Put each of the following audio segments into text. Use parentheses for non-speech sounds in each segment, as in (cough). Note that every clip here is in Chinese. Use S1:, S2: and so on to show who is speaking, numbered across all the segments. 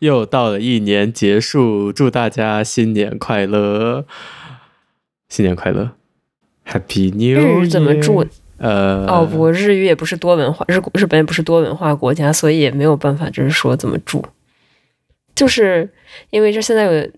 S1: 又到了一年结束，祝大家新年快乐，新年快乐，Happy New
S2: 日
S1: Year！
S2: 语怎么祝？
S1: 呃，
S2: 哦，不，日语也不是多文化，日日本也不是多文化国家，所以也没有办法，就是说怎么住，就是因为这现在有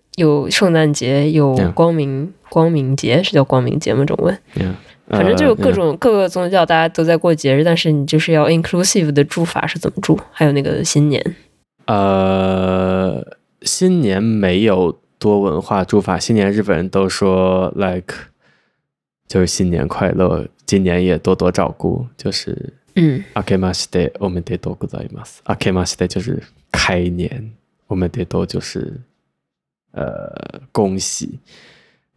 S2: 有圣诞节，有
S1: Yeah.
S2: 光明光明节，是叫光明节吗？中文，
S1: Yeah，呃，
S2: 反正就有各
S1: yeah，
S2: 种、各个宗教，大家都在过节日，但是你就是要 inclusive 的住法是怎么住，还有那个新年，
S1: 呃，新年没有多文化祝法，新年日本人都说 like 就是新年快乐，今年也多多照顾，就是
S2: 嗯，
S1: 明けましておめでとうございます。明けまして就是开年，おめでとう就是呃恭喜，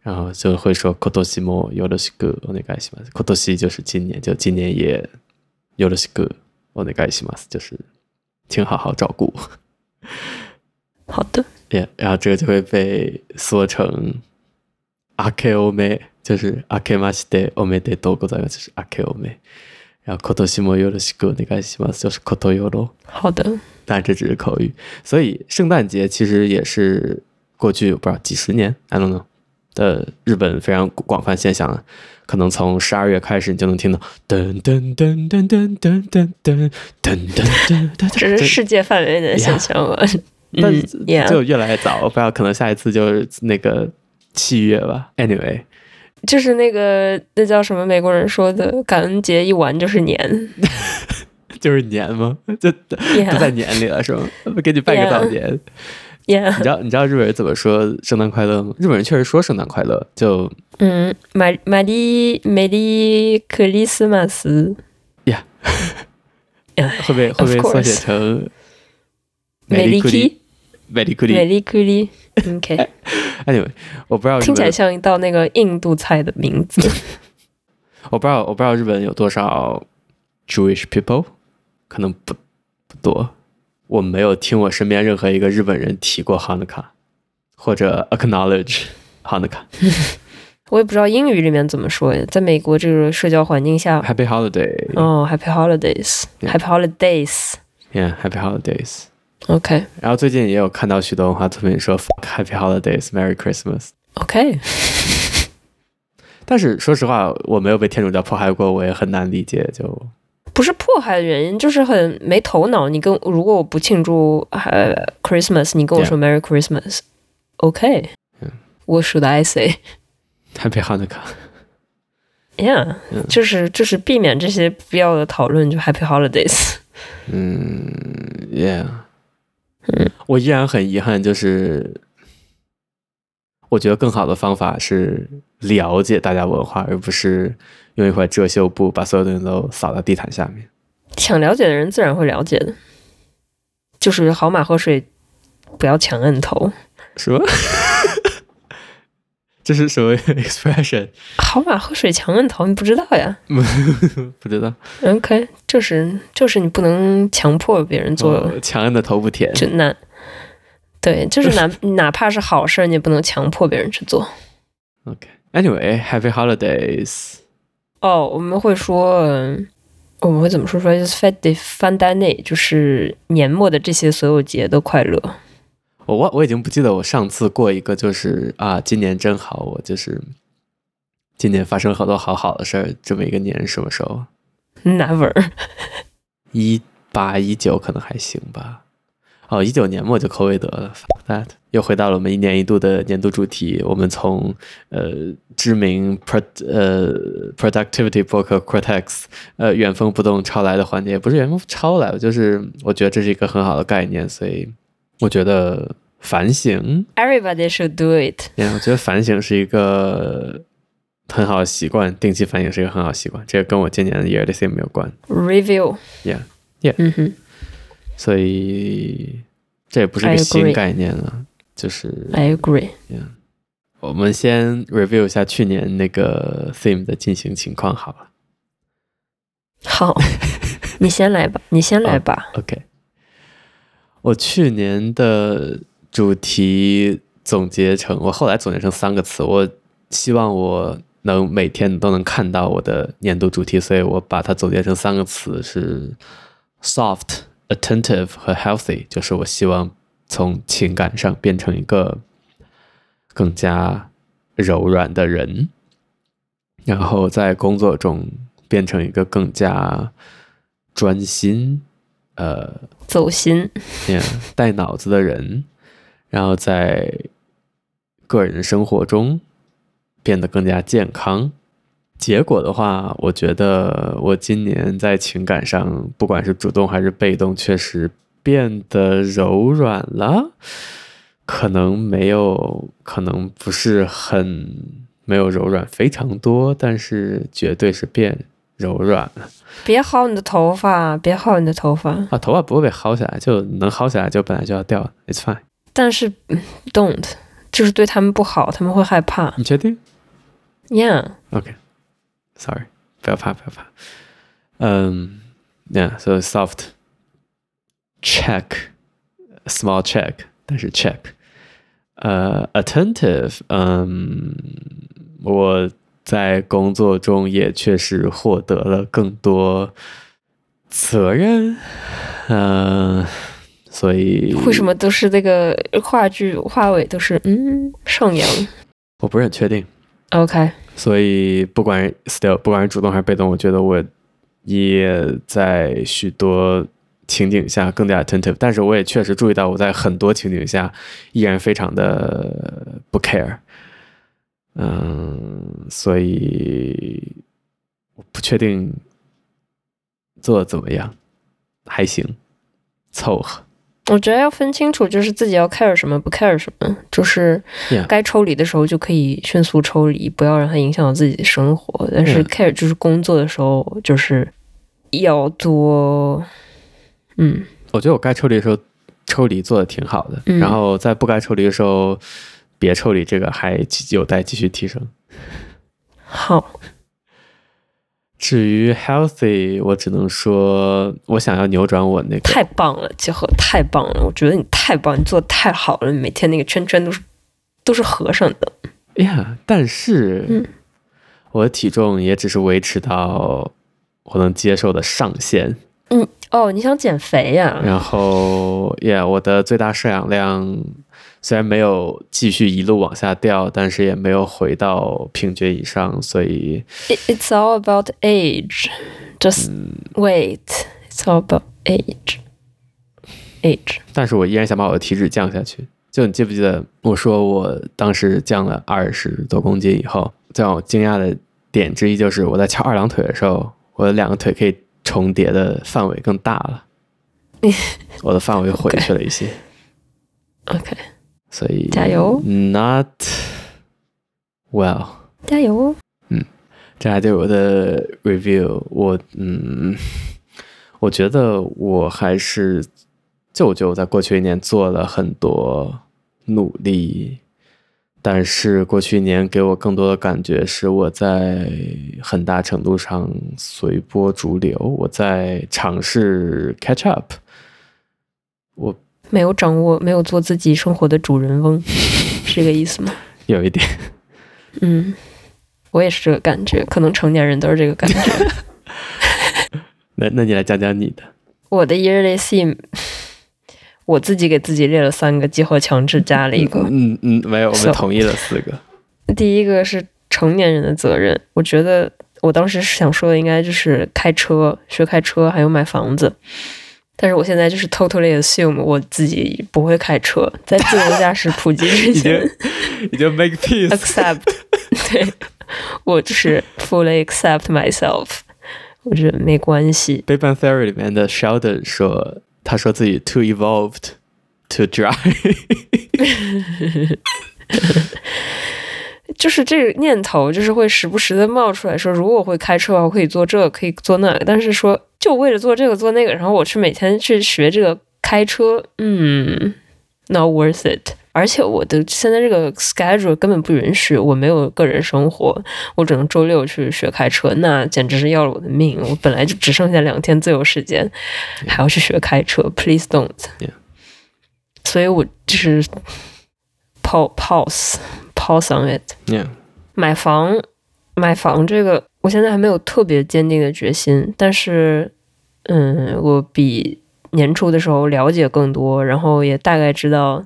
S1: 然后就会说今年もよろしくお願いします。今年就是今年，就今年也よろしくお願いします，就是请好好照顾。
S2: 好的，
S1: y 然后这个就会被缩成阿 K O 梅，就是阿 K 马西德欧梅德多国在就是阿 K O 梅。然后口头西莫有ろしくお願いします，就是口头有ろ。
S2: 好的，
S1: 但这只是口语，所以圣诞节其实也是过去不知道几十年，I don't know 的日本非常广泛现象，啊可能从十二月开始你就能听到噔噔噔噔噔噔噔噔噔噔噔，
S2: 这是世界范围内的现
S1: Yeah
S2: 象吧？
S1: (laughs) 但
S2: 嗯
S1: 是
S2: ，yeah，
S1: 就越来越早，不知道可能下一次就是那个七月吧。Anyway， (laughs)
S2: 就是那个那叫什么美国人说的，感恩节一完就是年，
S1: 就是年吗？就不
S2: yeah
S1: 在年里了是吗？给你拜个早年。你
S2: yeah，
S1: 知道你知道日本人怎么说圣诞快乐吗？日本人确实说圣诞快乐，就
S2: 嗯，玛玛丽美丽克里斯马斯
S1: Yeah
S2: 哎
S1: 会被会
S2: Of
S1: 被
S2: course
S1: 缩写成
S2: 美丽克里
S1: 美丽库
S2: 美
S1: 里。
S2: 丽克里，OK， (laughs)
S1: Anyway，我不知道日
S2: 听起
S1: 本
S2: 来像一道那个印度菜的名 (laughs) 字，
S1: 我不知道我不知道日本有多少 Jewish people，可能不不多。我没有听我身边任何一个日本人提过 Hanukkah 或者 acknowledge Hanukkah。
S2: 我也不知道英语里面怎么说呀，在美国这个社交环境下，
S1: Happy holiday，yeah，Happy
S2: 哦，Happy
S1: Yeah
S2: Holidays，Happy Holidays，OK，
S1: holidays。然后
S2: (laughs)
S1: 最近也有看到许多文化作品说 “fuck Happy holidays，Merry Christmas”。
S2: OK，
S1: 但是说实话，我没有被天主教迫害过，我也很难理解。就
S2: 不是迫害的原因，就是很没头脑。你跟如果我不庆祝呃 Christmas，你跟我说 Merry Christmas，OK，What、
S1: 嗯
S2: should I say？Yeah，、
S1: Happy Hanukkah。嗯
S2: 就是就是避免这些不必要的讨论，就 Happy Holidays。 (laughs)
S1: 嗯，Yeah，
S2: 嗯
S1: 我依然很遗憾，就是我觉得更好的方法是了解大家文化，而不是用一块遮羞布把所有东西都扫到地毯下面。
S2: 想了解的人自然会了解的，就是好马喝水，不要强摁头。
S1: 什么？ (laughs) 这是什么 (laughs) expression？
S2: 好马喝水，强摁头，你不知道呀
S1: 不知道。
S2: ？OK，就是就是你不能强迫别人做。
S1: 哦强硬的头不甜。
S2: 就那，对，就是哪哪怕是好事儿，你也不能强迫别人去做。
S1: Anyway，Happy Holidays。
S2: 哦，我们会说，嗯我们会怎么说？说就是 f e d de f a n d a n e 就是年末的这些所有节的快乐。
S1: 我忘我已经不记得我上次过一个就是啊，今年真好，我就是今年发生好多好好的事儿，这么一个年是什么时候？
S2: Never，
S1: 一八一九可能还行吧。哦，一九年末就科威德了，fuck that，又回到了我们一年一度的年度主题。我们从呃知名 pro 呃 productivity 博客 Cortex 呃原封不动抄来的环节，不是原封抄来，就是我觉得这是一个很好的概念，所以我觉得反省
S2: everybody should do it。
S1: 嗯，我觉得反省是一个很好的习惯，定期反省是一个很好的习惯。这个跟我今年的 year this year 没有关，
S2: Review，
S1: Yeah, yeah
S2: 嗯哼
S1: 所以这也不是一个
S2: I agree
S1: 新概念了。就是
S2: ，I agree。
S1: 我们先 review 一下去年那个 theme 的进行情况好了。
S2: 好，你先来吧，你先来吧。
S1: OK，我去年的主题总结成，我后来总结成三个词。我希望我能每天都能看到我的年度主题，所以我把它总结成三个词是 soft、attentive 和 healthy，就是我希望从情感上变成一个更加柔软的人，然后在工作中变成一个更加专心、呃
S2: 走心，
S1: yeah, 带脑子的人，然后在个人生活中变得更加健康。结果的话，我觉得我今年在情感上，不管是主动还是被动，确实变得柔软了。可能没有，可能不是很没有柔软非常多，但是绝对是变柔软了
S2: 别薅你的头发，别薅你的头发。
S1: 啊。头发不会被薅下来，就能薅下来就本来就要掉了，it's fine。
S2: 但是嗯 don't，就是对他们不好，他们会害怕。
S1: 你确定？
S2: Yeah，
S1: Sorry，不要怕，不要怕。嗯、y e a h so soft check, small check，但是 check，呃、a t t e n t i v e 嗯、我在工作中也确实获得了更多责任，嗯、所以
S2: 为什么都是那个话剧话尾都是嗯上扬
S1: 我不是很确定。
S2: ？OK，
S1: 所以不管 still 不管是主动还是被动，我觉得我也在许多情景下更加 attentive，但是我也确实注意到我在很多情景下依然非常的不 care，嗯，所以我不确定做的怎么样，还行，凑合。
S2: 我觉得要分清楚，就是自己要 care 什么，不 care 什么，就是
S1: Yeah
S2: 该抽离的时候就可以迅速抽离，不要让它影响到自己的生活。但是
S1: Yeah
S2: care 就是工作的时候，就是要多，嗯，
S1: 我觉得我该抽离的时候抽离做的挺好的，
S2: 嗯
S1: 然后在不该抽离的时候别抽离，这个还继有待继续提升。
S2: 好，
S1: 至于 healthy，我只能说我想要扭转我那个
S2: 太棒了，结合太棒了，我觉得你太棒，你做的太好了，你每天那个圈圈都是都是合上的，
S1: 呀但是、
S2: 嗯
S1: 我的体重也只是维持到我能接受的上限，
S2: 哦，你想减肥呀、
S1: 然后呀我的最大摄氧量虽然没有继续一路往下掉，但是也没有回到平均以上，所以
S2: It- It's all about age. Just wait. It's all about age. Age.
S1: 但是我依然想把我的体脂降下去。就你记不记得我说我当时降了二十多公斤以后，最让我惊讶的点之一就是我在翘二郎腿的时候，我的两个腿可以重叠的范围更大
S2: (laughs)
S1: 了，我的范围回去了一些，
S2: OK，
S1: 所以
S2: 加油，
S1: ，not well。
S2: 加油！哦
S1: 这还就是我的 review。我嗯， (laughs) 我觉得我还是舅舅在过去一年做了很多努力，但是过去一年给我更多的感觉是我在很大程度上随波逐流，我在尝试 catch up。我
S2: 没有掌握，没有做自己生活的主人
S1: (laughs)
S2: 翁，是这个意思吗？
S1: 有一点， (laughs)
S2: 嗯，我也是这个感觉，可能成年人都是这个感
S1: (laughs)
S2: 觉。
S1: 那那你来讲讲你的。
S2: 我的 yearly theme，我自己给自己列了三个，结合强制加了一个。
S1: 嗯嗯，没有，我们
S2: So-
S1: 同意了四个。 (laughs)
S2: 第一个是成年人的责任，我觉得我当时想说的应该就是开车、学开车，还有买房子。但是我现在就是 totally assume 我自己不会开车，在自动驾驶普及
S1: (laughs)
S2: 之
S1: 已经
S2: 前
S1: 已经 make peace。
S2: accept，对 (laughs) 我就是 fully accept myself，我觉得没关系。
S1: Big Bang Theory 里面的 Sheldon 说，他说自己 too evolved to drive。
S2: 就是这个念头，就是会时不时的冒出来说，如果我会开车啊的话，我可以做这，可以做那个。但是说，就为了做这个做那个，然后我去每天去学这个开车，嗯，not worth it。而且我的现在这个 schedule 根本不允许，我没有个人生活，我只能周六去学开车，那简直是要了我的命。我本来就只剩下两天自由时间，还要去学开车，please don't。
S1: Yeah
S2: 所以我就是 pause pause pause on it。
S1: Yeah，
S2: 买房，买房这个，我现在还没有特别坚定的决心，但是，嗯，我比年初的时候了解更多，然后也大概知道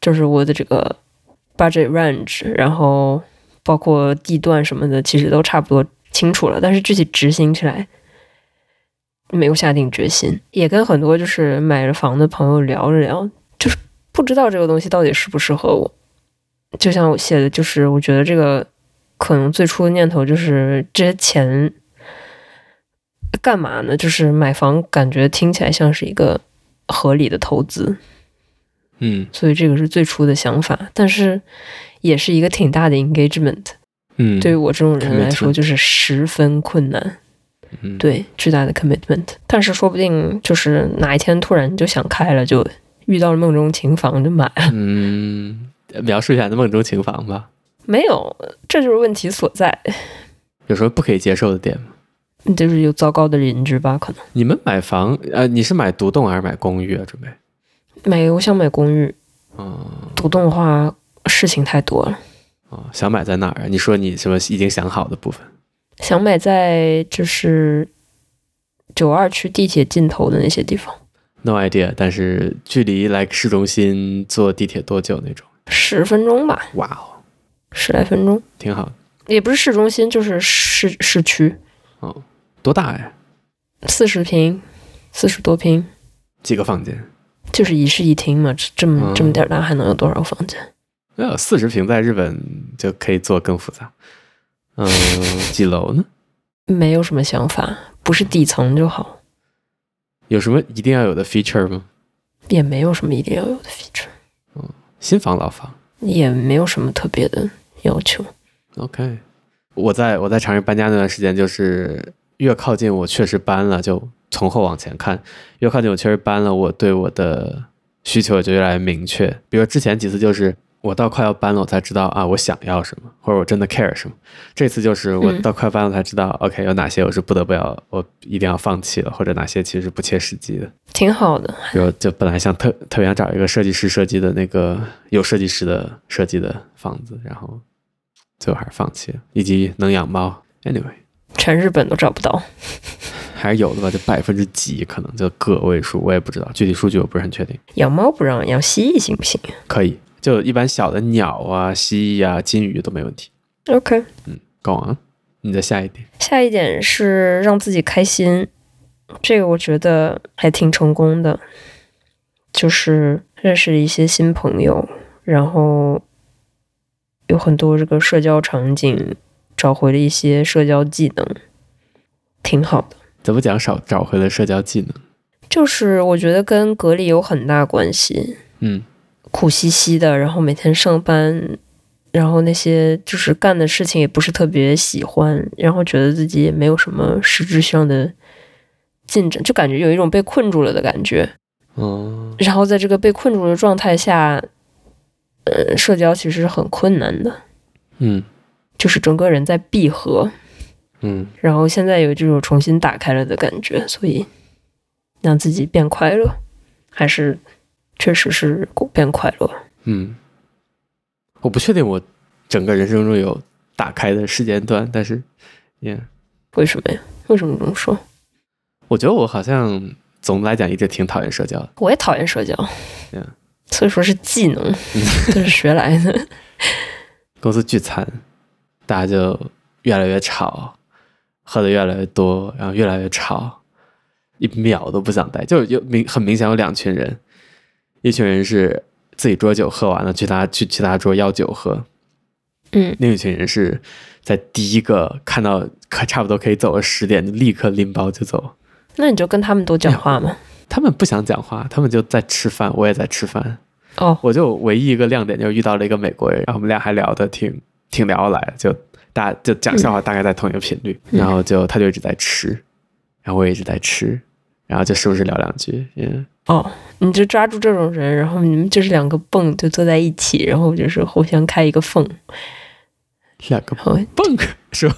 S2: 就是我的这个 budget range，然后包括地段什么的，其实都差不多清楚了。但是具体执行起来，没有下定决心。也跟很多就是买了房的朋友聊了聊，就是不知道这个东西到底适不适合我。就像我写的，就是我觉得这个可能最初的念头就是这些钱干嘛呢？就是买房，感觉听起来像是一个合理的投资，
S1: 嗯
S2: 所以这个是最初的想法，但是也是一个挺大的 engagement，
S1: 嗯，
S2: 对于我这种人来说
S1: commitment
S2: 就是十分困难，
S1: 嗯，
S2: 对巨大的 commitment。但是说不定就是哪一天突然就想开了，就遇到了梦中情房就买了。
S1: 嗯，描述一下你的梦中情房吧，
S2: 没有，这就是问题所在，
S1: 有什么不可以接受的点吗？
S2: 就是有糟糕的邻居吧，可能。
S1: 你们买房，呃，你是买独栋还是买公寓啊？准备？
S2: 买，我想买公寓，
S1: 嗯
S2: 独栋的话事情太多了。
S1: 哦，想买在哪儿啊？你说你什么已经想好的部分？
S2: 想买在就是九二区地铁尽头的那些地方，
S1: No idea，但是距离来市中心坐地铁多久那种？
S2: 十分钟吧，
S1: 哇哦，
S2: 十来分钟，
S1: 挺好的
S2: 也不是市中心，就是市市区，
S1: 哦。多大呀？
S2: 四十平，四十多平，
S1: 几个房间？
S2: 就是一室一厅嘛，这这么
S1: 嗯
S2: 这么点儿大，还能有多少个房间？
S1: 呃，四十平在日本就可以做更复杂。嗯，几楼呢？
S2: 没有什么想法，不是底层就好，
S1: 有什么一定要有的 feature 吗？
S2: 也没有什么一定要有的 feature，
S1: 新房老房
S2: 也没有什么特别的要求。
S1: ？OK，我在我在长沙搬家那段时间，就是越靠近我确实搬了，就从后往前看，越靠近我确实搬了，我对我的需求也就越来越明确。比如之前几次就是我到快要搬了，我才知道啊我想要什么，或者我真的 care 什么。这次就是我
S2: 嗯
S1: 到快搬了才知道、o k 有哪些我是不得不要，我一定要放弃了，或者哪些其实是不切实际的。
S2: 挺好的，
S1: 比如就本来想特特别想找一个设计师设计的那个有设计师的设计的房子，然后最后还是放弃了，以及能养猫。Anyway，
S2: 全日本都找不到。
S1: 还是有的吧，就百分之几可能就个位数，我也不知道具体数据我不是很确定。
S2: 养猫不让，养蜥蜴行不行
S1: 可以，就一般小的鸟啊、蜥蜴啊、金鱼都没问题。
S2: ？OK，
S1: Go on，你的下一点，
S2: 下一点是让自己开心，这个我觉得还挺成功的，就是认识了一些新朋友，然后有很多这个社交场景，找回了一些社交技能，挺好的。
S1: 怎么讲少找回了社交技能？
S2: 就是我觉得跟隔离有很大关系，
S1: 嗯，
S2: 苦兮兮的，然后每天上班，然后那些就是干的事情也不是特别喜欢，然后觉得自己也没有什么实质上的进展，就感觉有一种被困住了的感觉。
S1: 哦，
S2: 然后在这个被困住的状态下，呃，社交其实是很困难的，
S1: 嗯
S2: 就是整个人在闭合。
S1: 嗯，
S2: 然后现在有这种重新打开了的感觉，所以让自己变快乐，还是确实是变快乐。
S1: 嗯，我不确定我整个人生中有打开的时间段，但是，yeah，
S2: 为什么呀？为什么这么说？
S1: 我觉得我好像总的来讲一直挺讨厌社交的。
S2: 我也讨厌社交
S1: Yeah
S2: 所以说是技
S1: (laughs)
S2: 能，这是学来的。
S1: 公司聚餐，大家就越来越吵，喝的越来越多，然后越来越吵，一秒都不想待。就是有明很明显有两群人，一群人是自己桌酒喝完了去他去其他桌要酒喝，
S2: 嗯，
S1: 另一群人是在第一个看到快差不多可以走了十点就立刻拎包就走。
S2: 那你就跟他们都讲话嘛。
S1: 他们不想讲话，他们就在吃饭，我也在吃饭。
S2: 哦，
S1: 我就唯一一个亮点就是遇到了一个美国人，然后我们俩还聊得挺挺聊得来的，就大就讲笑话大概在同一个频率，
S2: 嗯
S1: 然后就他就一直在吃，然后我也一直在吃，然后就时不时聊两句，嗯，
S2: 哦，你就抓住这种人，然后你们就是两个蹦就坐在一起，然后就是互相开一个缝，
S1: 两个 (laughs)
S2: 然后
S1: 蹦是吧？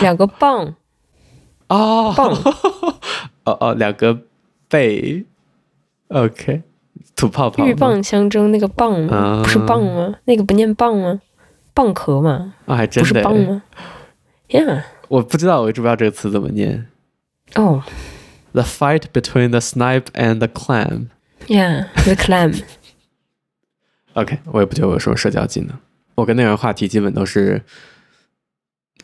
S2: 两个棒，
S1: 哦，
S2: 蹦
S1: (laughs) 哦哦，两个背，OK，吐泡泡
S2: 鹬
S1: 吗
S2: 蚌相争那个蚌吗
S1: 啊
S2: 不是蚌吗？那个不念蚌吗？蚌壳吗？
S1: 啊，还真
S2: 不是
S1: 的
S2: 蚌
S1: (laughs) 耶，
S2: 吗？呀，
S1: 我不知道，我一直不知道这个词怎么念，
S2: 哦，
S1: The fight between the snipe and the clam。
S2: Yeah，the clam。
S1: OK，我也不觉得我有什么社交技能，我跟那人话题基本都是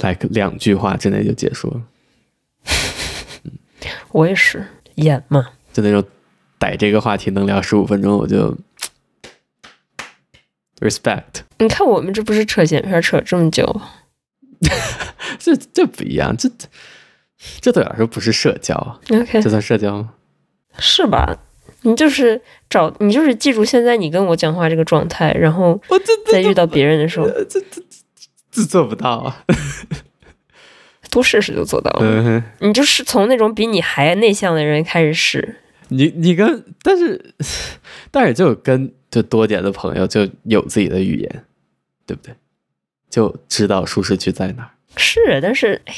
S1: ，like 两句话之内就结束了，
S2: 我也是演嘛。
S1: 就那种逮这个话题能聊十五分钟，我就 respect。
S2: 你看我们这不是扯闲篇扯这么久，
S1: 这这不一样，这这这对我来说不是社交啊，
S2: ？OK，
S1: 这算社交 (laughs) 吗？
S2: 是吧？你就是找你就是记住现在你跟我讲话这个状态，然后
S1: 我这
S2: 在
S1: 这
S2: 遇到别人的时候
S1: 这这这这做不到啊。
S2: 多试试就做到了。
S1: 嗯哼。
S2: 你就是从那种比你还内向的人开始试，
S1: 你你跟，但是但是就跟就多点的朋友就有自己的语言，对不对？就知道舒适区在哪儿。
S2: 是，但是哎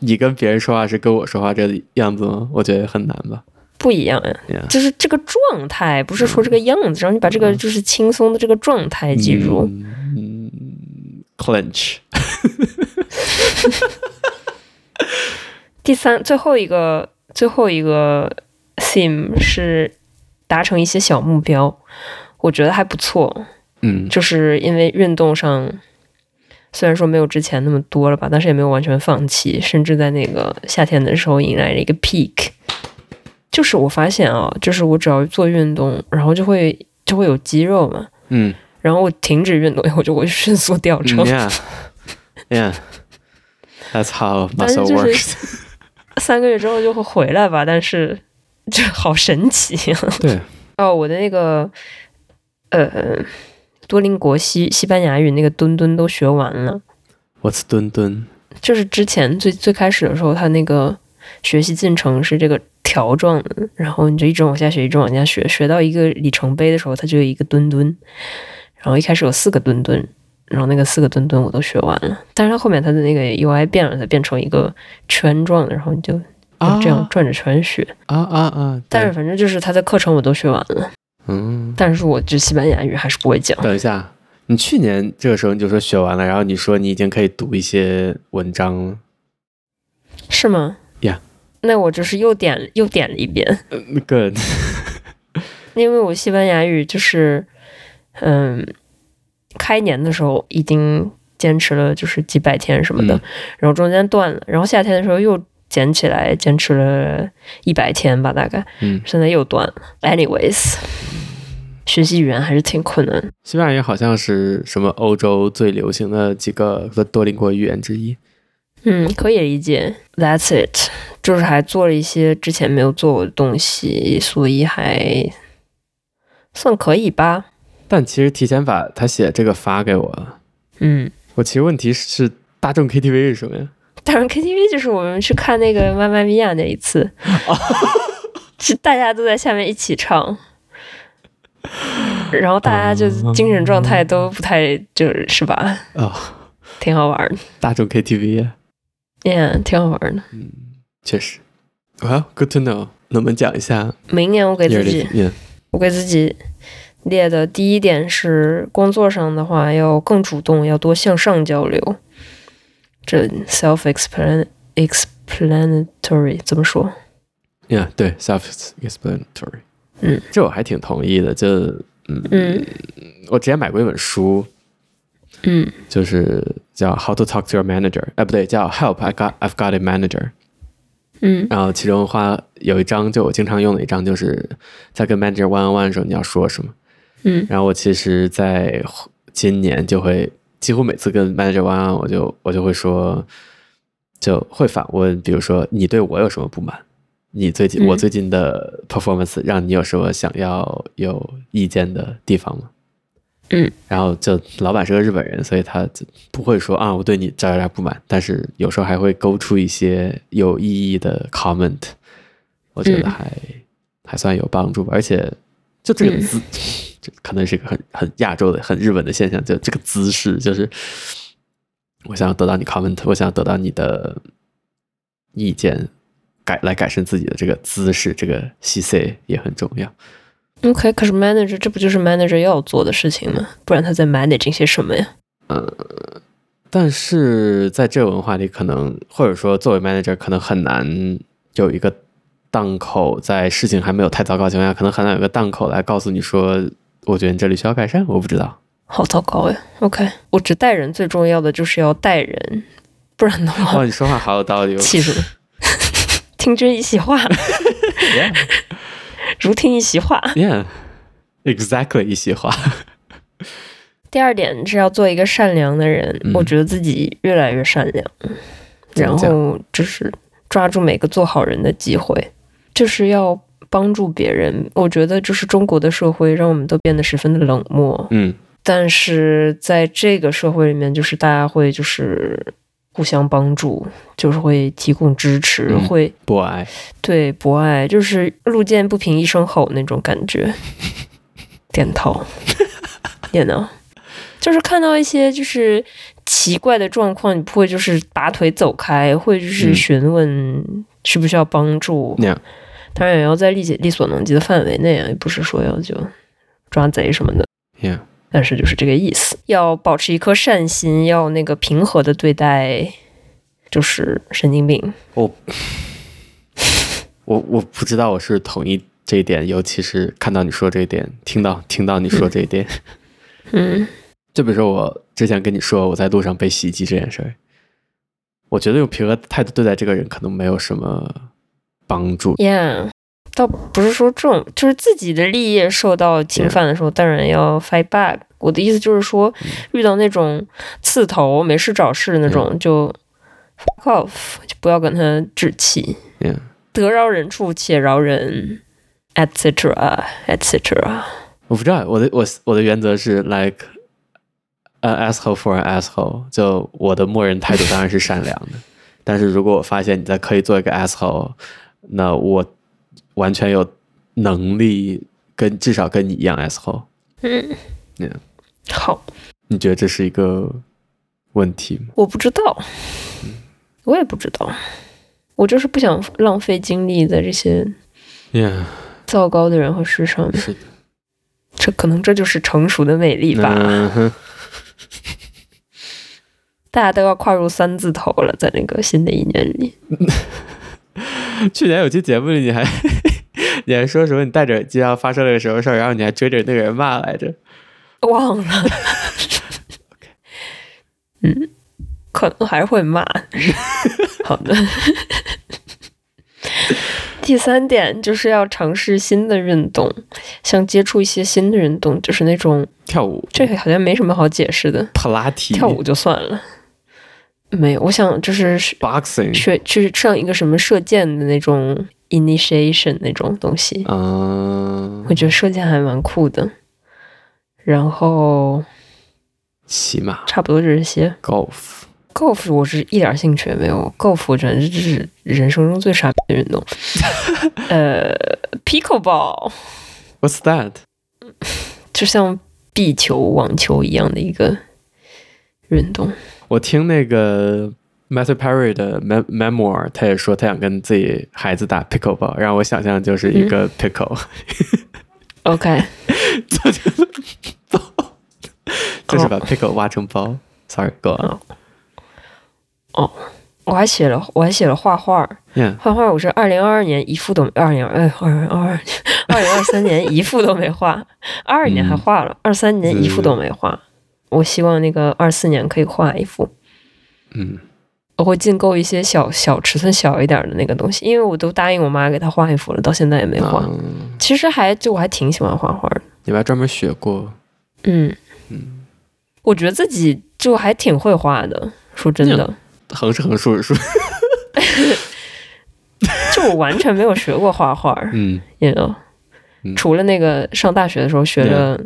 S1: 你跟别人说话是跟我说话这样子吗？我觉得很难吧。
S2: 不一样呀
S1: Yeah
S2: 就是这个状态，不是说这个样子，然后你把这个就是轻松的这个状态记住。
S1: 嗯嗯，clench，
S2: 第三，最后一个最后一个 theme 是达成一些小目标，我觉得还不错，
S1: 嗯，
S2: 就是因为运动上虽然说没有之前那么多了吧，但是也没有完全放弃，甚至在那个夏天的时候迎来了一个 peak。就是我发现啊，就是我只要做运动，然后就会就会有肌肉嘛，
S1: 嗯
S2: 然后我停止运动以后就会迅速掉
S1: 嗯
S2: 秤。
S1: ，yeah，yeah。That's how
S2: 但是
S1: muscle
S2: 就是
S1: works 。
S2: 三个月之后就会回来吧，但是这好神奇、啊、 (laughs)
S1: 对，
S2: 哦！我的那个呃，多邻国西西班牙语那个蹲蹲都学完了，
S1: 我是墩墩。
S2: 就是之前最最开始的时候，他那个学习进程是这个条状的，然后你就一直往下学，一直往下学，学到一个里程碑的时候，它就有一个墩墩，然后一开始有四个墩墩。然后那个四个墩墩我都学完了，但是它后面它的那个 UI 变了，它变成一个圈状的，然后你就
S1: 啊，
S2: 这样转着圈学。
S1: 啊啊啊！
S2: 但是
S1: 对
S2: 反正就是他的课程我都学完了，
S1: 嗯，
S2: 但是我就西班牙语还是不会讲。
S1: 等一下，你去年这个时候你就说学完了，然后你说你已经可以读一些文章了，
S2: 是吗
S1: Yeah
S2: 那我就是又点又点了一遍，
S1: 嗯，good，
S2: 因为我西班牙语就是，嗯，开年的时候已经坚持了就是几百天什么的，
S1: 嗯
S2: 然后中间断了，然后夏天的时候又捡起来，坚持了一百天吧，大概，
S1: 嗯，
S2: 现在又断了。Anyways，学习语言还是挺困难的。
S1: 西班牙语好像是什么欧洲最流行的几个多邻国语言之一。
S2: 嗯，可以理解。That's it，就是还做了一些之前没有做过的东西，所以还算可以吧。
S1: 但其实提前把他写这个发给我，
S2: 嗯，
S1: 我其实问题是大众 KTV 是什么呀？
S2: 当然 KTV 就是我们去看那个《妈妈咪呀》那一次，是大家都在下面一起唱，然后大家就精神状态都不太就是是吧，
S1: 哦，
S2: 挺好玩的
S1: 大众 KTV，啊
S2: ，Yeah，挺好玩的。
S1: 确实。Well, good to know。那我们讲一下
S2: 明年我给自
S1: yearly
S2: 己
S1: yeah，
S2: 我给自己列的第一点是，工作上的话要更主动，要多向上交流。这 self explan explanatory 怎么说？
S1: yeah，对，self-explanatory。
S2: 嗯，
S1: 这我还挺同意的。就嗯，
S2: 嗯
S1: 我之前买过一本书，
S2: 嗯
S1: 就是叫《How to Talk to Your Manager》，哎，不对，叫《Help I Got I've Got a Manager》。
S2: 嗯
S1: 然后其中花有一章，就我经常用的一章，就是在跟 manager one on one 的时候你要说什么。
S2: 嗯
S1: 然后我其实，在今年就会几乎每次跟 manager one on one，我就我就会说，就会反问，比如说你对我有什么不满？你最近、
S2: 嗯
S1: 我最近的 performance 让你有什么想要有意见的地方吗？
S2: 嗯，
S1: 然后就老板是个日本人，所以他就不会说啊，我对你这有点不满，但是有时候还会勾出一些有意义的 comment，我觉得
S2: 嗯
S1: 还、还算有帮助吧。而且就这个
S2: 嗯
S1: 姿，这可能是一个很很亚洲的、很日本的现象，就这个姿势，就是我想要得到你 comment，我想要得到你的意见，改来改善自己的这个姿势，这个细 C 也很重要。
S2: ，OK。可是 manager 这不就是 manager 要做的事情吗？不然他在 managing 些什么呀？
S1: 但是在这个文化里，可能或者说作为 manager，可能很难有一个档口，在事情还没有太糟糕的情况下，可能很难有个档口来告诉你说，我觉得你这里需要改善，我不知
S2: (laughs)
S1: 道。
S2: 好糟糕呀。OK，我只带人最重要的就是要带人，不然的话
S1: 哦哇，你说话好有道理哦。
S2: 气死了。 (laughs) 听君一席话，
S1: Yeah,
S2: 如听一席话。
S1: yeah, exactly 一席话。
S2: 第二点是要做一个善良的人，
S1: 嗯
S2: 我觉得自己越来越善良，
S1: 怎
S2: 然
S1: 么讲
S2: 后就是抓住每个做好人的机会，就是要帮助别人。我觉得就是中国的社会让我们都变得十分的冷漠，
S1: 嗯
S2: 但是在这个社会里面，就是大家会就是互相帮助，就是会提供支持，
S1: 嗯
S2: 会
S1: ，boy，
S2: 对博爱，就是路见不平一声吼那种感
S1: (laughs)
S2: 觉，点头，点头，就是看到一些就是奇怪的状况，你不会就是拔腿走开，会就是
S1: 嗯
S2: 询问需不需要帮助，
S1: 那样
S2: 当然也要在力解力所能及的范围内啊，也不是说要就抓贼什么的。
S1: ，yeah，
S2: 但是就是这个意思，要保持一颗善心，要那个平和的对待，就是神经病。
S1: 我我不知道我是同意这一点，尤其是看到你说这一点，听到听到你说这一点，
S2: 嗯
S1: (laughs) 就比如说我之前跟你说我在路上被袭击这件事儿，我觉得用平和态度对待这个人可能没有什么帮助。
S2: ，Yeah，倒不是说这种，就是自己的利益受到侵犯的时候，当然要 fight back。我的意思就是说，遇到那种刺头没事找事那种，就 fuck off，就不要跟他置气。
S1: Yeah
S2: 得饶人处且饶人，etc. etc.
S1: 我不知道我的我我的原则是 like an asshole for an asshole，就我的默认态度当然是善良的，但是如果我发现你在刻意做一个 asshole，那我完全有能力跟至少跟你一样 asshole。
S2: 嗯
S1: Yeah
S2: 好。
S1: 你觉得这是一个问题吗？
S2: 我不知道，我也不知道，我就是不想浪费精力在这些
S1: Yeah，
S2: 糟糕的人和事上面。
S1: 是的
S2: 这可能这就是成熟的魅力吧。
S1: 嗯哼
S2: 大家都要跨入三字头了，在那个新的一年里，
S1: (laughs) 去年有期节目里，你还你还说什么？你戴着耳机，然后发生了个什么事儿，然后你还追着那个人骂来着。
S2: 忘了。
S1: (laughs)
S2: 嗯，可能还会骂。好的。 (laughs) 第三点就是要尝试新的运动，想接触一些新的运动，就是那种
S1: 跳舞，
S2: 这个好像没什么好解释的，
S1: 普拉提，
S2: 跳舞就算了。没有，我想就是学
S1: ，boxing，
S2: 学就是上一个什么射箭的那种 initiation 那种东西，
S1: 嗯、
S2: 我觉得射箭还蛮酷的。然后
S1: 骑马
S2: 差不多就是这些。
S1: ，golf，
S2: golf 我是一点兴趣也没有，golf 我觉得这是人生中最傻逼的运动。呃，pickleball
S1: ，what's that？
S2: 就像壁球、网球一样的一个运动。
S1: 我听那个 Matthew Perry 的 mem memoir，他也说他想跟自己孩子打 pickleball，让我想象就是一
S2: 嗯
S1: 个 pickle，、 (laughs)
S2: OK，
S1: 就是
S2: 哦
S1: 把 pickle 挖成包。Sorry，go on。
S2: 我还写了我还写了画画。
S1: Yeah，
S2: 画画我是二零二二年一幅都没二零二二零二二零二三年一幅都没画，二二
S1: 嗯
S2: 年还画了，二三年一幅都没画。我希望那个二四年可以画一幅。
S1: 嗯，
S2: 我会进购一些小小尺寸小一点的那个东西，因为我都答应我妈给她画一幅了，到现在也没画。
S1: 嗯
S2: 其实还就我还挺喜欢画画的，
S1: 你们还专门学过？
S2: 嗯
S1: 嗯。
S2: 我觉得自己就还挺会画的。说真的，
S1: 横是横，竖是竖。
S2: 就我完全没有学过
S1: (laughs)
S2: 画画。
S1: 嗯，
S2: you know，、
S1: 嗯
S2: 除了那个上大学的时候学了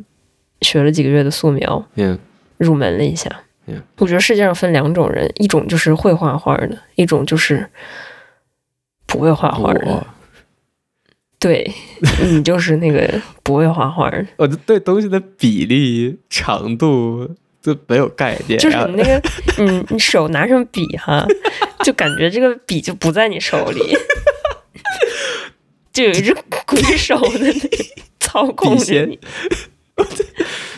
S2: 学了几个月的素描，
S1: yeah，
S2: 入门了一下。
S1: Yeah
S2: 我觉得世界上分两种人，一种就是会画画的，一种就是不会画画的。
S1: 我
S2: 对，你就是那个不会画 (laughs) 画的，
S1: 我对东西的比例、长度都没有概念、啊，
S2: 就是你那个， (laughs) 你你手拿上笔哈，就感觉这个笔就不在你手 (laughs) 里，就有一只鬼手的那个操控
S1: 笔
S2: 着
S1: 仙
S2: 你。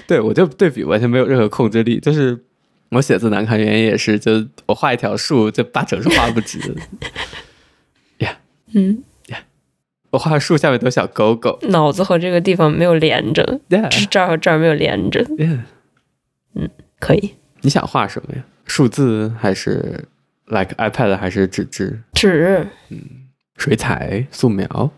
S1: 对我就对比完全没有任何控制力，就是。我写字难看，原因也是，就我画一条竖，就八成是画不直的。
S2: 嗯
S1: Yeah (laughs) 我画树下面都小狗狗。
S2: 脑子和这个地方没有连着，这
S1: Yeah,
S2: 这儿和这儿没有连着，
S1: yeah.
S2: 可以
S1: 你想画什么呀？数字还是 like iPad 还是纸质？
S2: 纸、
S1: 水彩、素描、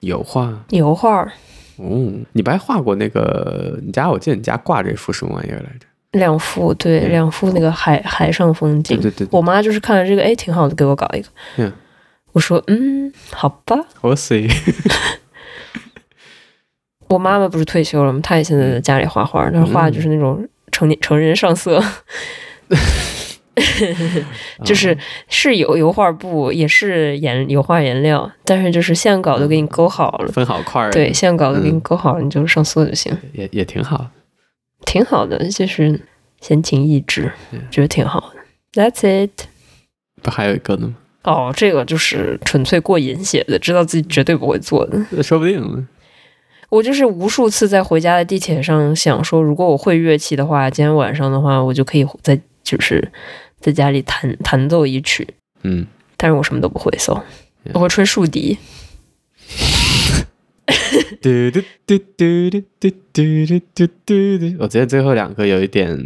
S1: 油画？
S2: 油画
S1: 嗯，你不还画过那个？你家我记得你家挂着一幅什么玩意儿来着？
S2: 两幅，对，
S1: 嗯
S2: 两幅那个海海上风景
S1: 对。对对对
S2: 我妈就是看了这个，哎，挺好的，给我搞一个。
S1: 嗯
S2: 我说，嗯，好吧。
S1: 我 see，
S2: 我妈妈不是退休了吗？她也现在在家里画画，但是画就是那种成年成人上色，
S1: 嗯
S2: 就是是有油画布，也是颜油画颜料，但是就是线稿都给你勾好了，
S1: 啊分好块儿，
S2: 对，，线稿都给你
S1: 嗯
S2: 勾好了，你就上色就行，
S1: 也也挺好。
S2: 挺好的，就是闲情逸致，
S1: 嗯
S2: 觉得挺好的。That's it。
S1: 不还有一个呢吗？
S2: 哦，这个就是纯粹过瘾写的，知道自己绝对不会做的。
S1: 说不定呢
S2: 我就是无数次在回家的地铁上想说，如果我会乐器的话，今天晚上的话，我就可以在就是在家里弹弹奏一曲。
S1: 嗯，
S2: 但是我什么都不会，so
S1: 嗯
S2: 我会吹竖笛，
S1: 嘟嘟嘟嘟嘟嘟嘟嘟嘟嘟嘟。我觉得最后两个有一点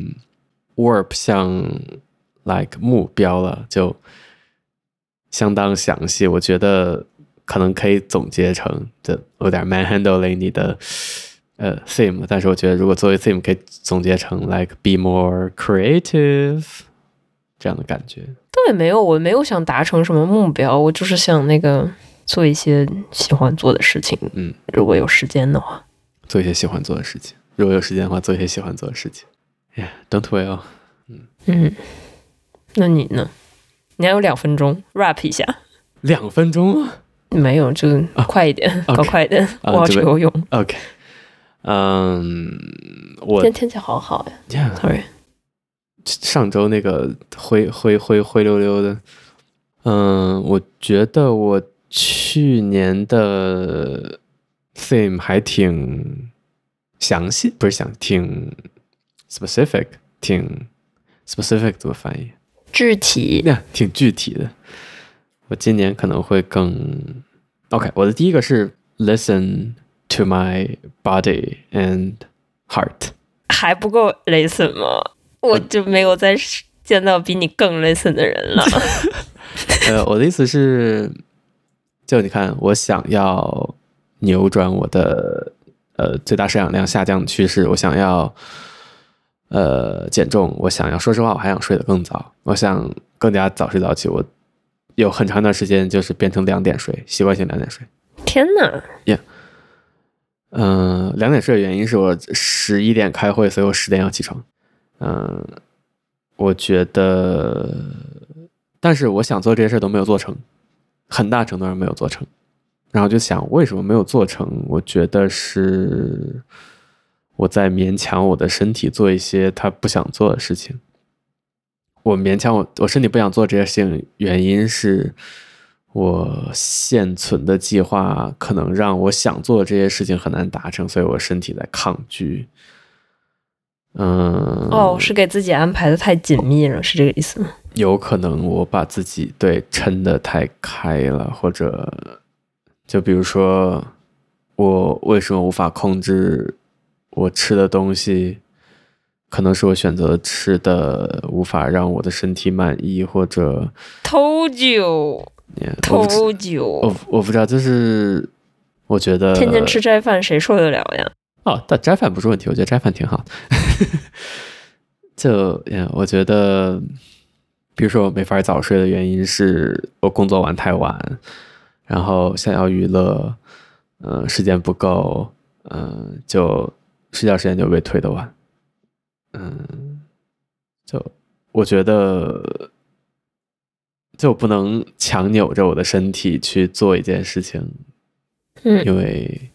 S1: warp 向 like 目标了，就相当详细。我觉得可能可以总结成这有点 manhandling 你的呃 theme，但是我觉得如果作为 theme 可以总结成 like be more creative 这样的感觉。
S2: 倒也没有，我没有想达成什么目标，我就是想那个做一些喜欢做的事情。
S1: 嗯，
S2: 如果有时间的话，
S1: 做一些喜欢做的事情。如果有时间的话，做一些喜欢做的事情。Yeah, don't wail。
S2: 嗯，那你呢？你还有两分钟，rap 一下。啊
S1: 两分钟啊
S2: 没有，就快一点，
S1: OK
S2: 搞快一点，我要
S1: 这
S2: 去
S1: 个
S2: 游泳。
S1: ？OK，嗯，
S2: 今
S1: 我
S2: 天天气好好呀
S1: yeah,
S2: ，sorry。
S1: (laughs) 上周那个灰灰灰灰溜溜的，嗯，我觉得我去年的 theme 还挺详细，不是详，挺 specific，挺 specific 怎么翻译？
S2: 具体
S1: 那挺具体的。我今年可能会更 OK。我的第一个是 listen to my body and heart。
S2: 还不够 listen 吗？我就没有再见到比你更 listen 的人了。
S1: 呃，我的意思是，就你看，我想要扭转我的呃最大摄氧量下降的趋势，我想要呃减重，我想要说实话，我还想睡得更早，我想更加早睡早起。我有很长一段时间就是变成两点睡，习惯性两点睡。
S2: (laughs) 天哪，
S1: 嗯，两点睡的原因是我十一点开会，所以我十点要起床。嗯，我觉得，但是我想做这些事儿都没有做成，很大程度上没有做成。然后就想为什么没有做成？我觉得是我在勉强我的身体做一些他不想做的事情。我勉强我我身体不想做这些事情，原因是我现存的计划可能让我想做的这些事情很难达成，所以我身体在抗拒。嗯，
S2: 哦，是给自己安排的太紧密了，是这个意思吗？
S1: 有可能我把自己对撑得太开了，或者就比如说，我为什么无法控制我吃的东西？可能是我选择吃的无法让我的身体满意，或者
S2: 偷酒，
S1: 也我不知
S2: 偷酒哦
S1: 我，我不知道，就是我觉得
S2: 天天吃斋饭，谁受得了呀？
S1: 哦，但斋饭不是问题，我觉得斋饭挺好的。 (laughs) 就呀，我觉得，比如说我没法早睡的原因是我工作完太晚，然后想要娱乐，嗯、时间不够，嗯、就睡觉时间就被推得晚，嗯，就我觉得，就不能强扭着我的身体去做一件事情，
S2: 嗯，
S1: 因为。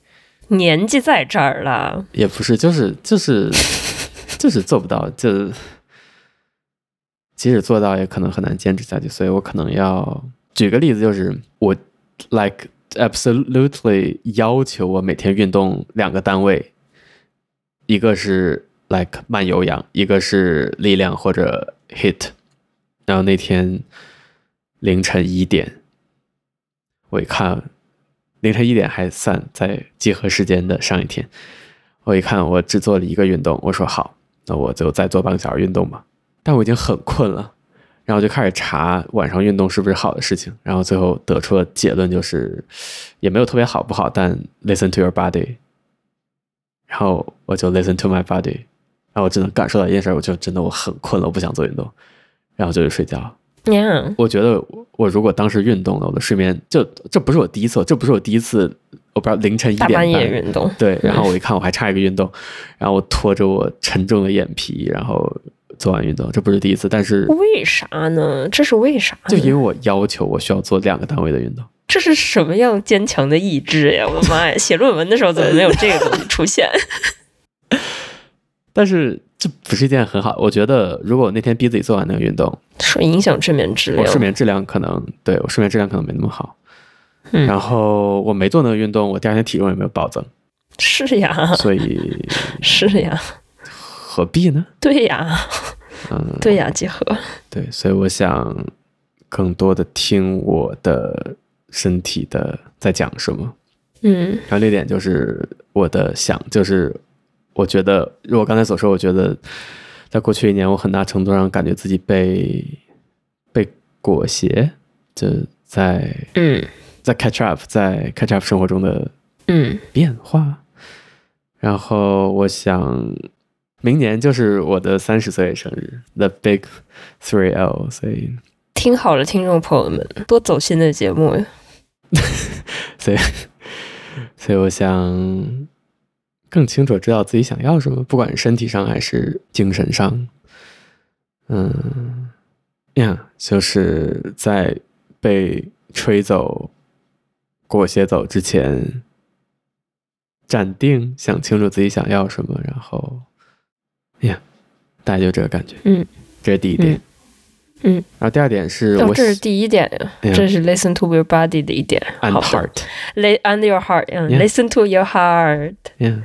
S2: 年纪在这儿了，
S1: 也不是，就是就是就是做不到，就即使做到，也可能很难坚持下去。所以我可能要举个例子，就是我 like absolutely 要求我每天运动两个单位，一个是 like 慢有氧，一个是力量或者 hit。然后那天凌晨一点，我一看凌晨一点还算在集合时间的上一天。我一看，我只做了一个运动，我说好，那我就再做半个小时运动吧。但我已经很困了，然后就开始查晚上运动是不是好的事情，然后最后得出的结论就是，也没有特别好不好，但 listen to your body。然后我就 listen to my body，然后我只能感受到一件事儿，我就真的我很困了，我不想做运动，然后就去睡觉。
S2: 呀，
S1: 我觉得我我如果当时运动了，我的睡眠就这不是我第一次，这不是我第一次，我不知道凌晨一
S2: 大
S1: 点半
S2: 半夜运动，
S1: 对，然后我一看我还差一个运动，然后我拖着我沉重的眼皮，然后做完运动，这不是第一次，但是
S2: 为啥呢？这是为啥呢？
S1: 就因为我要求我需要做两个单位的运动，
S2: 这是什么样坚强的意志呀！ (laughs) 我的妈呀，写论文的时候怎么没有这个东西
S1: (laughs)
S2: 出现？
S1: 但是这不是一件很好，我觉得如果我那天逼自己做完那个运动，
S2: 说影响睡眠质
S1: 我
S2: 量，
S1: 哦睡眠质量可能对我睡眠质量可能没那么好，
S2: 嗯
S1: 然后我没做那个运动，我第二天体重也没有暴增，(laughs)
S2: 是呀，
S1: 所以
S2: 是呀，
S1: 何必呢？
S2: 对呀，
S1: 嗯，
S2: 对呀，结合
S1: 对，所以我想更多的听我的身体的在讲什么。
S2: 嗯
S1: 然后另一点就是我的想，就是我觉得，如我刚才所说，我觉得在过去一年，我很大程度上感觉自己被被裹挟，就在
S2: 嗯
S1: 在 catch up，在 catch up 生活中的
S2: 嗯
S1: 变化。然后我想，明年就是我的三十岁生日，The Big Three L，所以
S2: 听好了，听众朋友们，多走心的节目呀，
S1: 所以我想更清楚知道自己想要什么，不管是身体上还是精神上。嗯，呀，就是在被吹走、裹挟走之前，站定，想清楚自己想要什么，然后，呀，大概就这个感觉。
S2: 嗯，
S1: 这是第一点。
S2: 嗯嗯
S1: 然后第二点是
S2: 哦
S1: 我，
S2: 这是第一点呀，
S1: 哎呀
S2: 这是 listen to your body 的一点，
S1: and
S2: 好的
S1: heart，
S2: ，lay on your heart，嗯
S1: Yeah
S2: ，listen to your heart，
S1: 呀，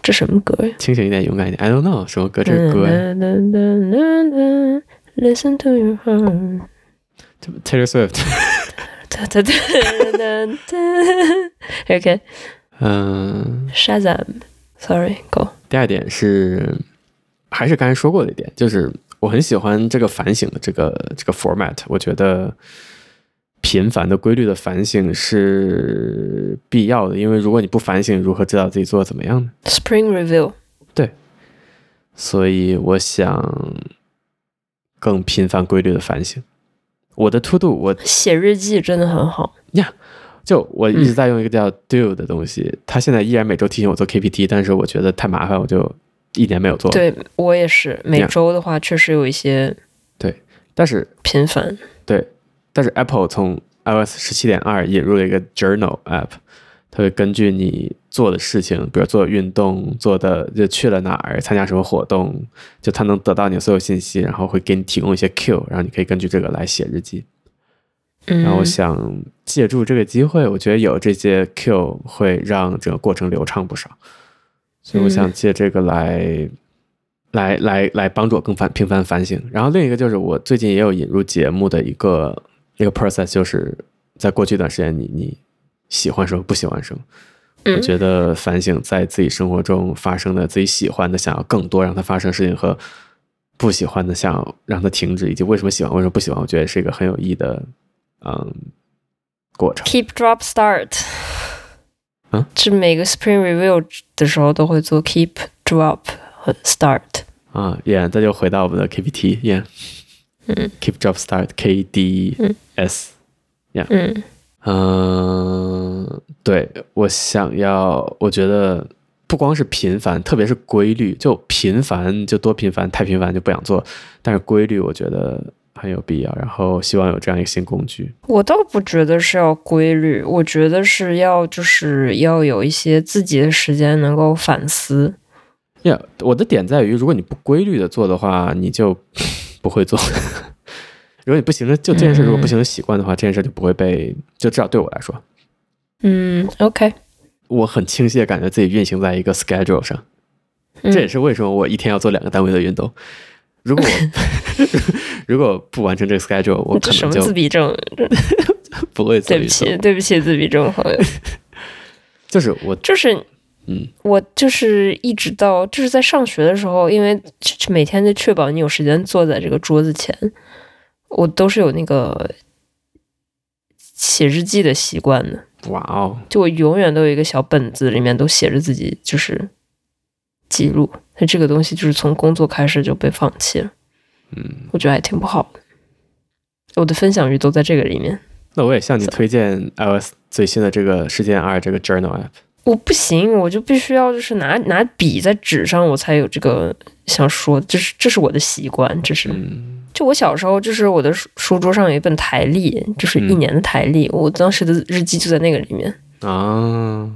S2: 这什么歌呀？
S1: 清醒一点，勇敢一点。I don't know 什么歌，这是歌呀。
S2: 嗯 Listen to your heart。
S1: 这 Taylor Swift
S2: (laughs) 哒哒哒哒哒。OK，
S1: 嗯，
S2: Shazam。Sorry，Go。
S1: 第二点是，还是刚才说过的一点，就是我很喜欢这个反省的这个这个 format。我觉得频繁的、规律的反省是必要的，因为如果你不反省，如何知道自己做的怎么样呢？
S2: Spring Review。
S1: 所以我想更频繁、规律的反省。我的 to do，我
S2: 写日记真的很好。
S1: 就我一直在用一个叫 do 的东西，它现在依然每周提醒我做 KPT，但是我觉得太麻烦，我就一年没有做。，
S2: 对我也是，每
S1: 哦 Yeah
S2: 周的话确实有一些
S1: 但是
S2: 频繁。
S1: 对，但是 Apple 从 iOS 十七点二引入了一个 Journal App，它会根据你做的事情，比如做的运动、做的就去了哪儿、参加什么活动，就它能得到你的所有信息，然后会给你提供一些 Q，然后你可以根据这个来写日记。
S2: 嗯
S1: 然后我想借助这个机会，我觉得有这些 Q 会让整个过程流畅不少，所以我想
S2: 嗯
S1: 借这个来、来来来帮助我更反频繁反省。然后另一个就是我最近也有引入节目的一个一个 process，就是在过去一段时间你你喜欢什么不喜欢什么，我
S2: 嗯
S1: 觉得反省在自己生活中发生的自己喜欢的想要更多让它发生的事情和不喜欢的想要让它停止，以及为什么喜欢为什么不喜欢，我觉得是一个很有意义的嗯过程。
S2: Keep Drop Start。
S1: 啊，
S2: 这每个 Spring Review 的时候都会做 Keep Drop 和 Start。
S1: 啊，Yeah，这就回到我们的 KPT，Yeah，
S2: 嗯
S1: k e e p Job Start K D
S2: 嗯
S1: S，
S2: 嗯
S1: 嗯、对我想要，我觉得不光是频繁，特别是规律，就频繁就多频繁，太频繁就不想做，但是规律我觉得很有必要，然后希望有这样一个新工具，
S2: 我倒不觉得是要规律，我觉得是要就是要有一些自己的时间能够反思。
S1: 呀，我的点在于，如果你不规律的做的话，你就 (laughs) 不会做。 (laughs) 如果你不形成就这件事，如果不形成习惯的话，这件事就不会被，就至少对我来说，
S2: 嗯，OK，
S1: 我很清晰的感觉自己运行在一个 schedule 上。
S2: 嗯
S1: 这也是为什么我一天要做两个单位的运动。
S2: (laughs)
S1: 如果我如果不完成这个 schedule，我可
S2: 这什
S1: 能
S2: 么
S1: 就
S2: 自闭症？
S1: 不会自
S2: 对
S1: 闭
S2: 不起，
S1: 症，
S2: 对不起，自闭症朋
S1: (laughs)
S2: 友，
S1: 就是我
S2: 就是
S1: 嗯
S2: 我就是一直到就是在上学的时候，因为每天就确保你有时间坐在这个桌子前，我都是有那个写日记的习惯的。
S1: 哇哦，
S2: 就我永远都有一个小本子，里面都写着自己就是记录。那这个东西就是从工作开始就被放弃了，
S1: 嗯，
S2: 我觉得还挺不好的。我的分享欲都在这个里面，
S1: 那我也向你推荐 iOS 最新的这个事件二这个 Journal app。
S2: 我不行，我就必须要就是拿拿笔在纸上，我才有这个想说，就是这是我的习惯，这是
S1: 嗯，
S2: 就我小时候，就是我的书书桌上有一本台历，就是一
S1: 嗯
S2: 年的台历，我当时的日记就在那个里面，
S1: 啊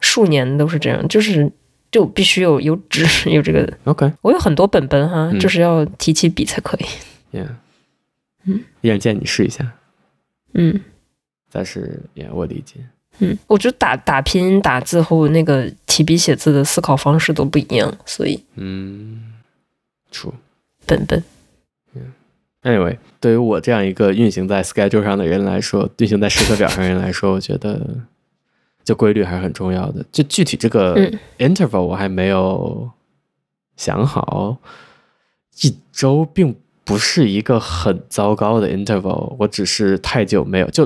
S2: 数年都是这样，就是就必须有有纸 (laughs) 有这个
S1: ，OK，
S2: 我有很多本本哈，
S1: 嗯
S2: 就是要提起笔才可以。
S1: yeah，
S2: 嗯，
S1: 眼见你试一下，
S2: 嗯
S1: 但是也、yeah, 我理解，
S2: 嗯，我觉得打打拼音、打字和我那个提笔写字的思考方式都不一样，所以
S1: 嗯，true。
S2: 本本
S1: Anyway，对于我这样一个运行在 schedule 上的人来说，运行在时刻表上的人来说，我觉得就规律还是很重要的。就具体这个
S2: 嗯
S1: interval 我还没有想好，一周并不是一个很糟糕的 interval，我只是太久没有就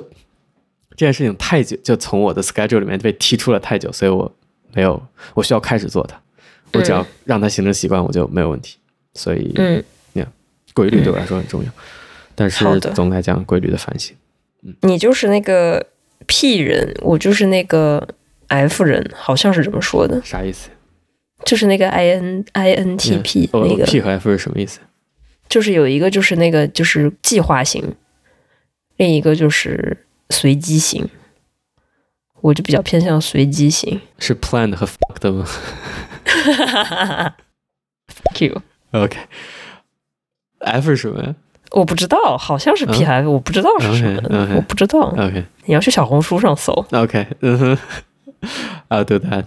S1: 这件事情太久就从我的 schedule 里面被踢出了太久，所以我没有我需要开始做它，我只要让它形成习惯，我就没有问题。所以，
S2: 嗯，
S1: 规律对我来说很重要，但
S2: 好
S1: 是
S2: 的
S1: 总来讲，规律的反省，
S2: 你就是那个 P 人，我就是那个 F 人，好像是这么说的，
S1: 啥意思？
S2: 就是那个 I N I N T P、
S1: 哦
S2: 那个，
S1: P 和 F 是什么意思？
S2: 就是有一个就是那个就是计划型，另一个就是随机型，我就比较偏向随
S1: (laughs)
S2: 机型。
S1: 是 plan 和 fuck 的吗
S2: 哈哈哈哈 Thank you。
S1: ？OK，F 是什么呀
S2: 我不知道，好像是
S1: 嗯
S2: P 还我不知道是什么
S1: OK，OK
S2: 我不知道。
S1: ？OK 嗯
S2: 你要去小红书上搜。
S1: OK，嗯哼，I'll do that。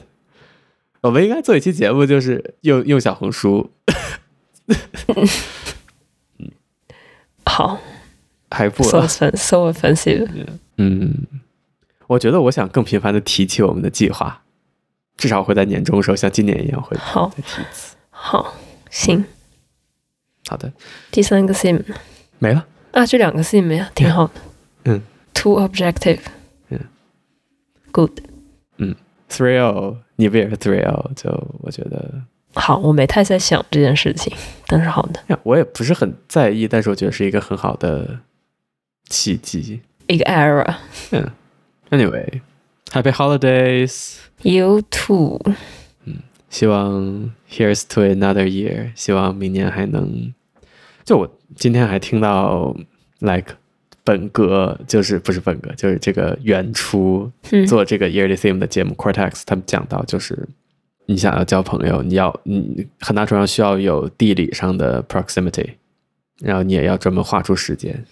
S1: 我们应该做一期节目，就是用用小红书，
S2: 好
S1: 还不啊
S2: ，so offensive，so offensive。
S1: 嗯，我觉得我想更频繁的提起我们的计划，至少会在年终的时候像今年一样会
S2: 好，
S1: 再提一次。
S2: 好，行。
S1: 好的，
S2: 第三个 sim
S1: 没了。
S2: 啊，这两个 sim 呀，挺好的。
S1: 嗯
S2: ，two objective。
S1: 嗯
S2: ，good。
S1: Three O，你不也是 Three O？就我觉得
S2: 好，我没太在想这件事情，但是好的，
S1: 哎呀，我也不是很在意，但是我觉得是一个很好的契机。
S2: 一个 error。
S1: Anyway，Happy Holidays！
S2: You too。
S1: 希望 Here's to another year，希望明年还能。就我今天还听到 like 本格，就是不是本格，就是这个原初
S2: 嗯
S1: 做这个 Yearly Theme 的节目 Cortex，他们讲到就是。你想要交朋友，你要你很大程度上需要有地理上的 proximity，然后你也要专门划出时间，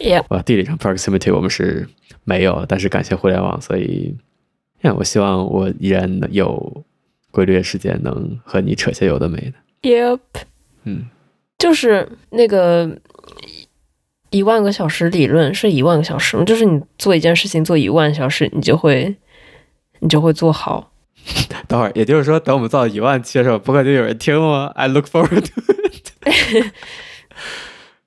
S2: ，Yeah。
S1: 哇，地理上 proximity 我们是没有，但是感谢互联网，所以，呀，我希望我依然能有规律的时间，能和你扯些有的没的。
S2: Yep。
S1: 嗯，
S2: 就是那个一万个小时理论是一万个小时吗？就是你做一件事情做一万小时，你就会你就会做好。
S1: 等会儿，也就是说，等我们到一万期的时候，播客就有人听了吗？I look forward to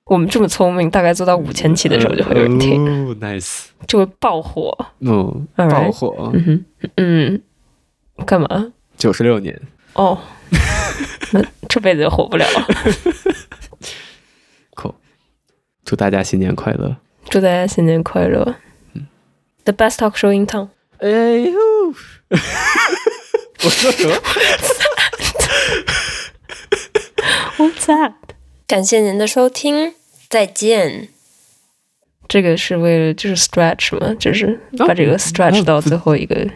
S2: 我们这么聪明，大概做到五千期的时候就会有人听，
S1: 哦，nice，
S2: 就会爆火。
S1: 嗯，
S2: Alright
S1: 爆火，
S2: 嗯哼，嗯，干嘛？
S1: 九十六年，
S2: 哦， (laughs) 那这辈子也活不了 (laughs) 了。
S1: 祝大家新年快乐！
S2: 祝大家新年快乐！The best talk show in town。
S1: 哎呦， (laughs) 我说什么？
S2: What's that？
S3: 感谢您的收听，再见。
S2: 这个是为了就是 stretch 嘛，就是把这个 stretch 到最后一个。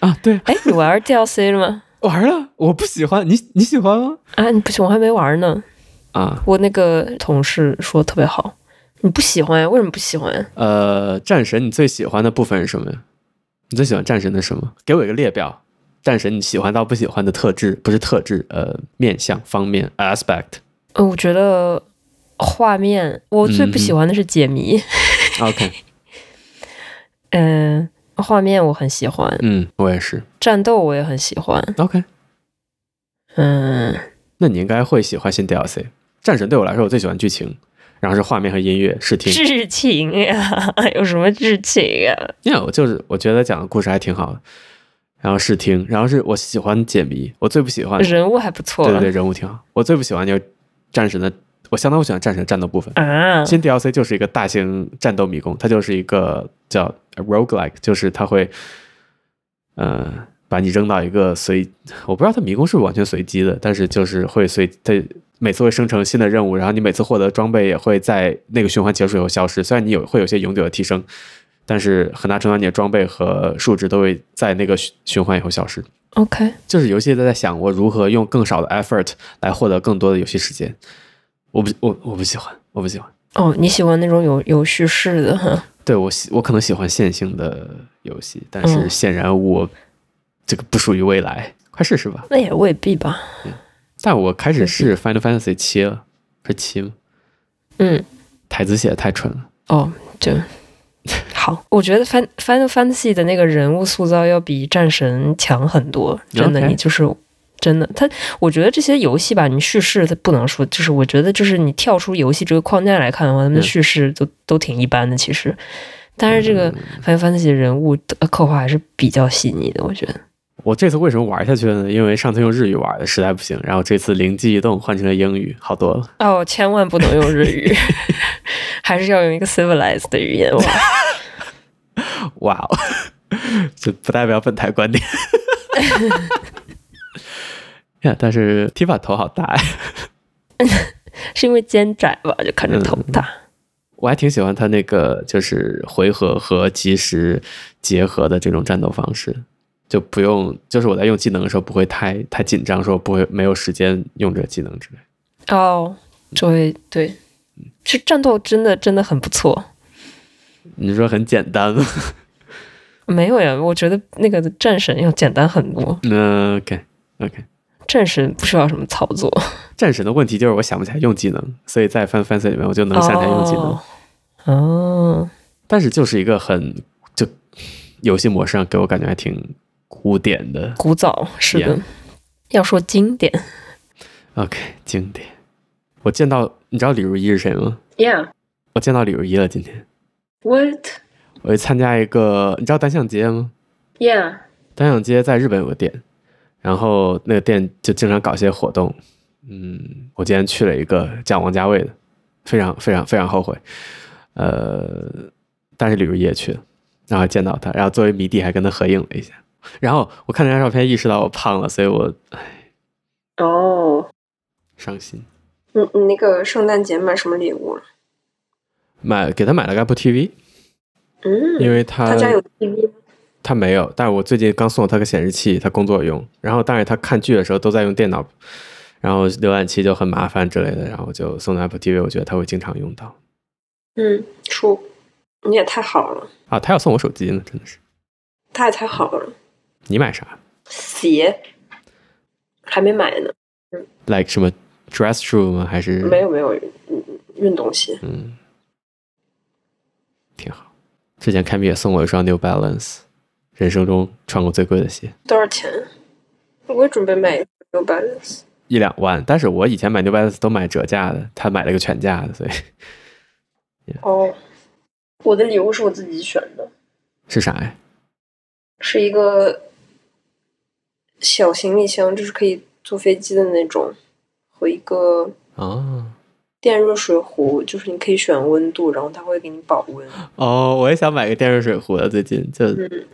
S1: 啊，对，
S2: 哦哎，你玩 DLC 了吗？
S1: 玩了，我不喜欢你，你喜欢吗？
S2: 啊，你不行，我还没玩呢。
S1: 啊，
S2: 我那个同事说特别好，你不喜欢呀？为什么不喜欢呀？
S1: 呃，战神你最喜欢的部分是什么呀？你最喜欢战神的什么？给我一个列表。战神你喜欢到不喜欢的特质，不是特质，呃，面向方面 aspect。
S2: 呃，我觉得嗯画面，我最不喜欢的是解谜，
S1: OK，
S2: 嗯、画面我很喜欢，
S1: 嗯，我也是。
S2: 战斗我也很喜欢，
S1: OK，
S2: 嗯，
S1: 那你应该会喜欢新 DLC。战神对我来说，我最喜欢剧情，然后是画面和音乐、视听。
S2: 剧情呀、有什么剧情啊呀、
S1: 因为我就是我觉得讲的故事还挺好的，然后视听，然后是我喜欢解谜，我最不喜欢，对
S2: 人物还不错，
S1: 啊对对，人物挺好，我最不喜欢就是战神的，我相当不喜欢战神的战斗部分。
S2: 啊，
S1: 新 DLC 就是一个大型战斗迷宫，它就是一个叫 roguelike，就是它会，呃，把你扔到一个随，我不知道它迷宫是不是完全随机的，但是就是会随它每次会生成新的任务，然后你每次获得装备也会在那个循环结束以后消失。虽然你有会有些永久的提升，但是很大程度上你的装备和数值都会在那个循循环以后消失。
S2: OK，
S1: 就是游戏在在想我如何用更少的 effort 来获得更多的游戏时间。我不我我不喜欢，我不喜欢。
S2: 哦，你喜欢那种有有叙事的哈？
S1: 对我喜我可能喜欢线性的游戏，但是
S2: 嗯
S1: 显然我这个不属于未来，快试试吧。
S2: 那也未必吧。
S1: 但我开始试 Final Fantasy 七了，是七吗？
S2: 嗯，
S1: 台词写的太蠢了，
S2: 哦，就好。我觉得《Fin- Final Fantasy》的那个人物塑造要比《战神》强很多，真的
S1: OK
S2: 你就是。真的，它我觉得这些游戏吧，你叙事它不能说，就是我觉得就是你跳出游戏这个框架来看的话，他们的
S1: 嗯
S2: 叙事都、都挺一般的，其实。但是这个
S1: 嗯
S2: 《Final Fantasy》人物的刻画还是比较细腻的，我觉得。
S1: 我这次为什么玩下去了呢？因为上次用日语玩的实在不行，然后这次灵机一动换成了英语，好多了。
S2: 哦，千万不能用日 (laughs) 语，还是要用一个 civilized 的语言 (laughs) 哇。
S1: 哇哦， (laughs) 这不代表本台观点。 (laughs) 呀，但是 Tifa 头好大呀，
S2: 是因为肩窄吧，就看着头大。
S1: 我还挺喜欢他那个就是回合和即时结合的这种战斗方式，就不用就是我在用技能的时候不会太太紧张，说不会没有时间用这个技能之类。
S2: 哦，对对，这战斗真的真的很不错。
S1: 你说很简单吗？ (laughs)
S2: 没有呀，我觉得那个战神要简单很多，
S1: 嗯，OK OK。
S2: 战神不需要什么操作，
S1: 战神的问题就是我想不起来用技能，所以在 Fan Fancy 里面我就能想起来用技能，
S2: 哦。哦，
S1: 但是就是一个很就游戏模式上给我感觉还挺古典的。
S2: 古早是的
S1: Yeah
S2: 要说经典
S1: OK，经典。我见到你知道李如一是谁吗？
S3: Yeah,
S1: 我见到李如一了，今天。
S3: what?
S1: 我去参加一个，你知道单向街吗？
S3: Yeah,
S1: 单向街在日本有个店，然后那个店就经常搞一些活动。嗯，我今天去了一个讲王家卫的，非常非常非常后悔。呃，但是李如一也去了，然后见到他，然后作为迷弟还跟他合影了一下。然后我看那张照片，意识到我胖了，所以我唉
S3: 哦，
S1: 伤心，
S3: 你你那个圣诞节买什么礼物了？啊
S1: 买给他买了个 Apple TV，
S3: 嗯，
S1: 因为他
S3: 他家有 TV 吗？
S1: 他没有，但是我最近刚送了他个显示器，他工作用。然后，但是他看剧的时候都在用电脑，然后浏览器就很麻烦之类的。然后我就送他 Apple TV，我觉得他会经常用到
S3: 嗯，叔，你也太好了，
S1: 啊。他要送我手机呢，真的是。
S3: 他也太好了。
S1: 你买啥
S3: 鞋还没买呢，
S1: ？like 什么 dress shoe 吗？还是
S3: 没有没有，嗯，运动鞋。
S1: 嗯，挺好。之前凯米也送我一双 New Balance，人生中穿过最贵的鞋，
S3: 多少钱？我也准备买一个 New Balance。
S1: 一两万。但是我以前买 New Balance 都买折价的，他买了个全价的，所以
S3: 哦，我的礼物是我自己选的，
S1: 是啥呀？
S3: 是一个小行李箱，就是可以坐飞机的那种，和一个
S1: 哦
S3: 电热水壶，就是你可以选温度，然后它会给你保温，
S1: 哦，我也想买个电热水壶了，最近就
S3: 嗯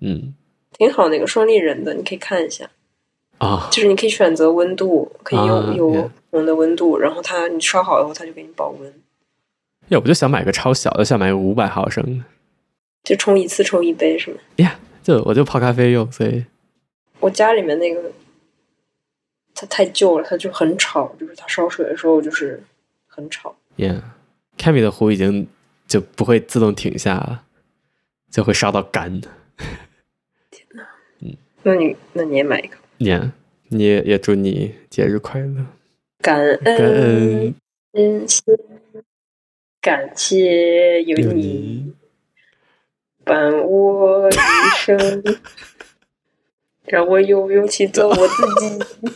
S1: 嗯
S3: 挺好。那个双立人的，你可以看一下，
S1: 啊
S3: 就是你可以选择温度，可以有、
S1: 啊
S3: 有
S1: 对
S3: 不同的温度，然后它你刷好以后，它就给你保温，
S1: 要不就想买个超小的，想买个五百毫升的，
S3: 就冲一次冲一杯是吗？
S1: 就我就泡咖啡用，所以
S3: 我家里面那个，它太旧了，它就很吵，就是它烧水的时候就是很吵。
S1: yeah。k a m i 的壶已经就不会自动停下了，就会烧到干。
S3: 那你那你也买一个，
S1: yeah，你也也祝你节日快乐，
S3: 感恩
S1: 感恩
S3: 嗯，感谢有
S1: 有
S3: 你
S1: 你。
S2: 伴
S1: (laughs)
S2: 我一生，让我有勇气做我自己。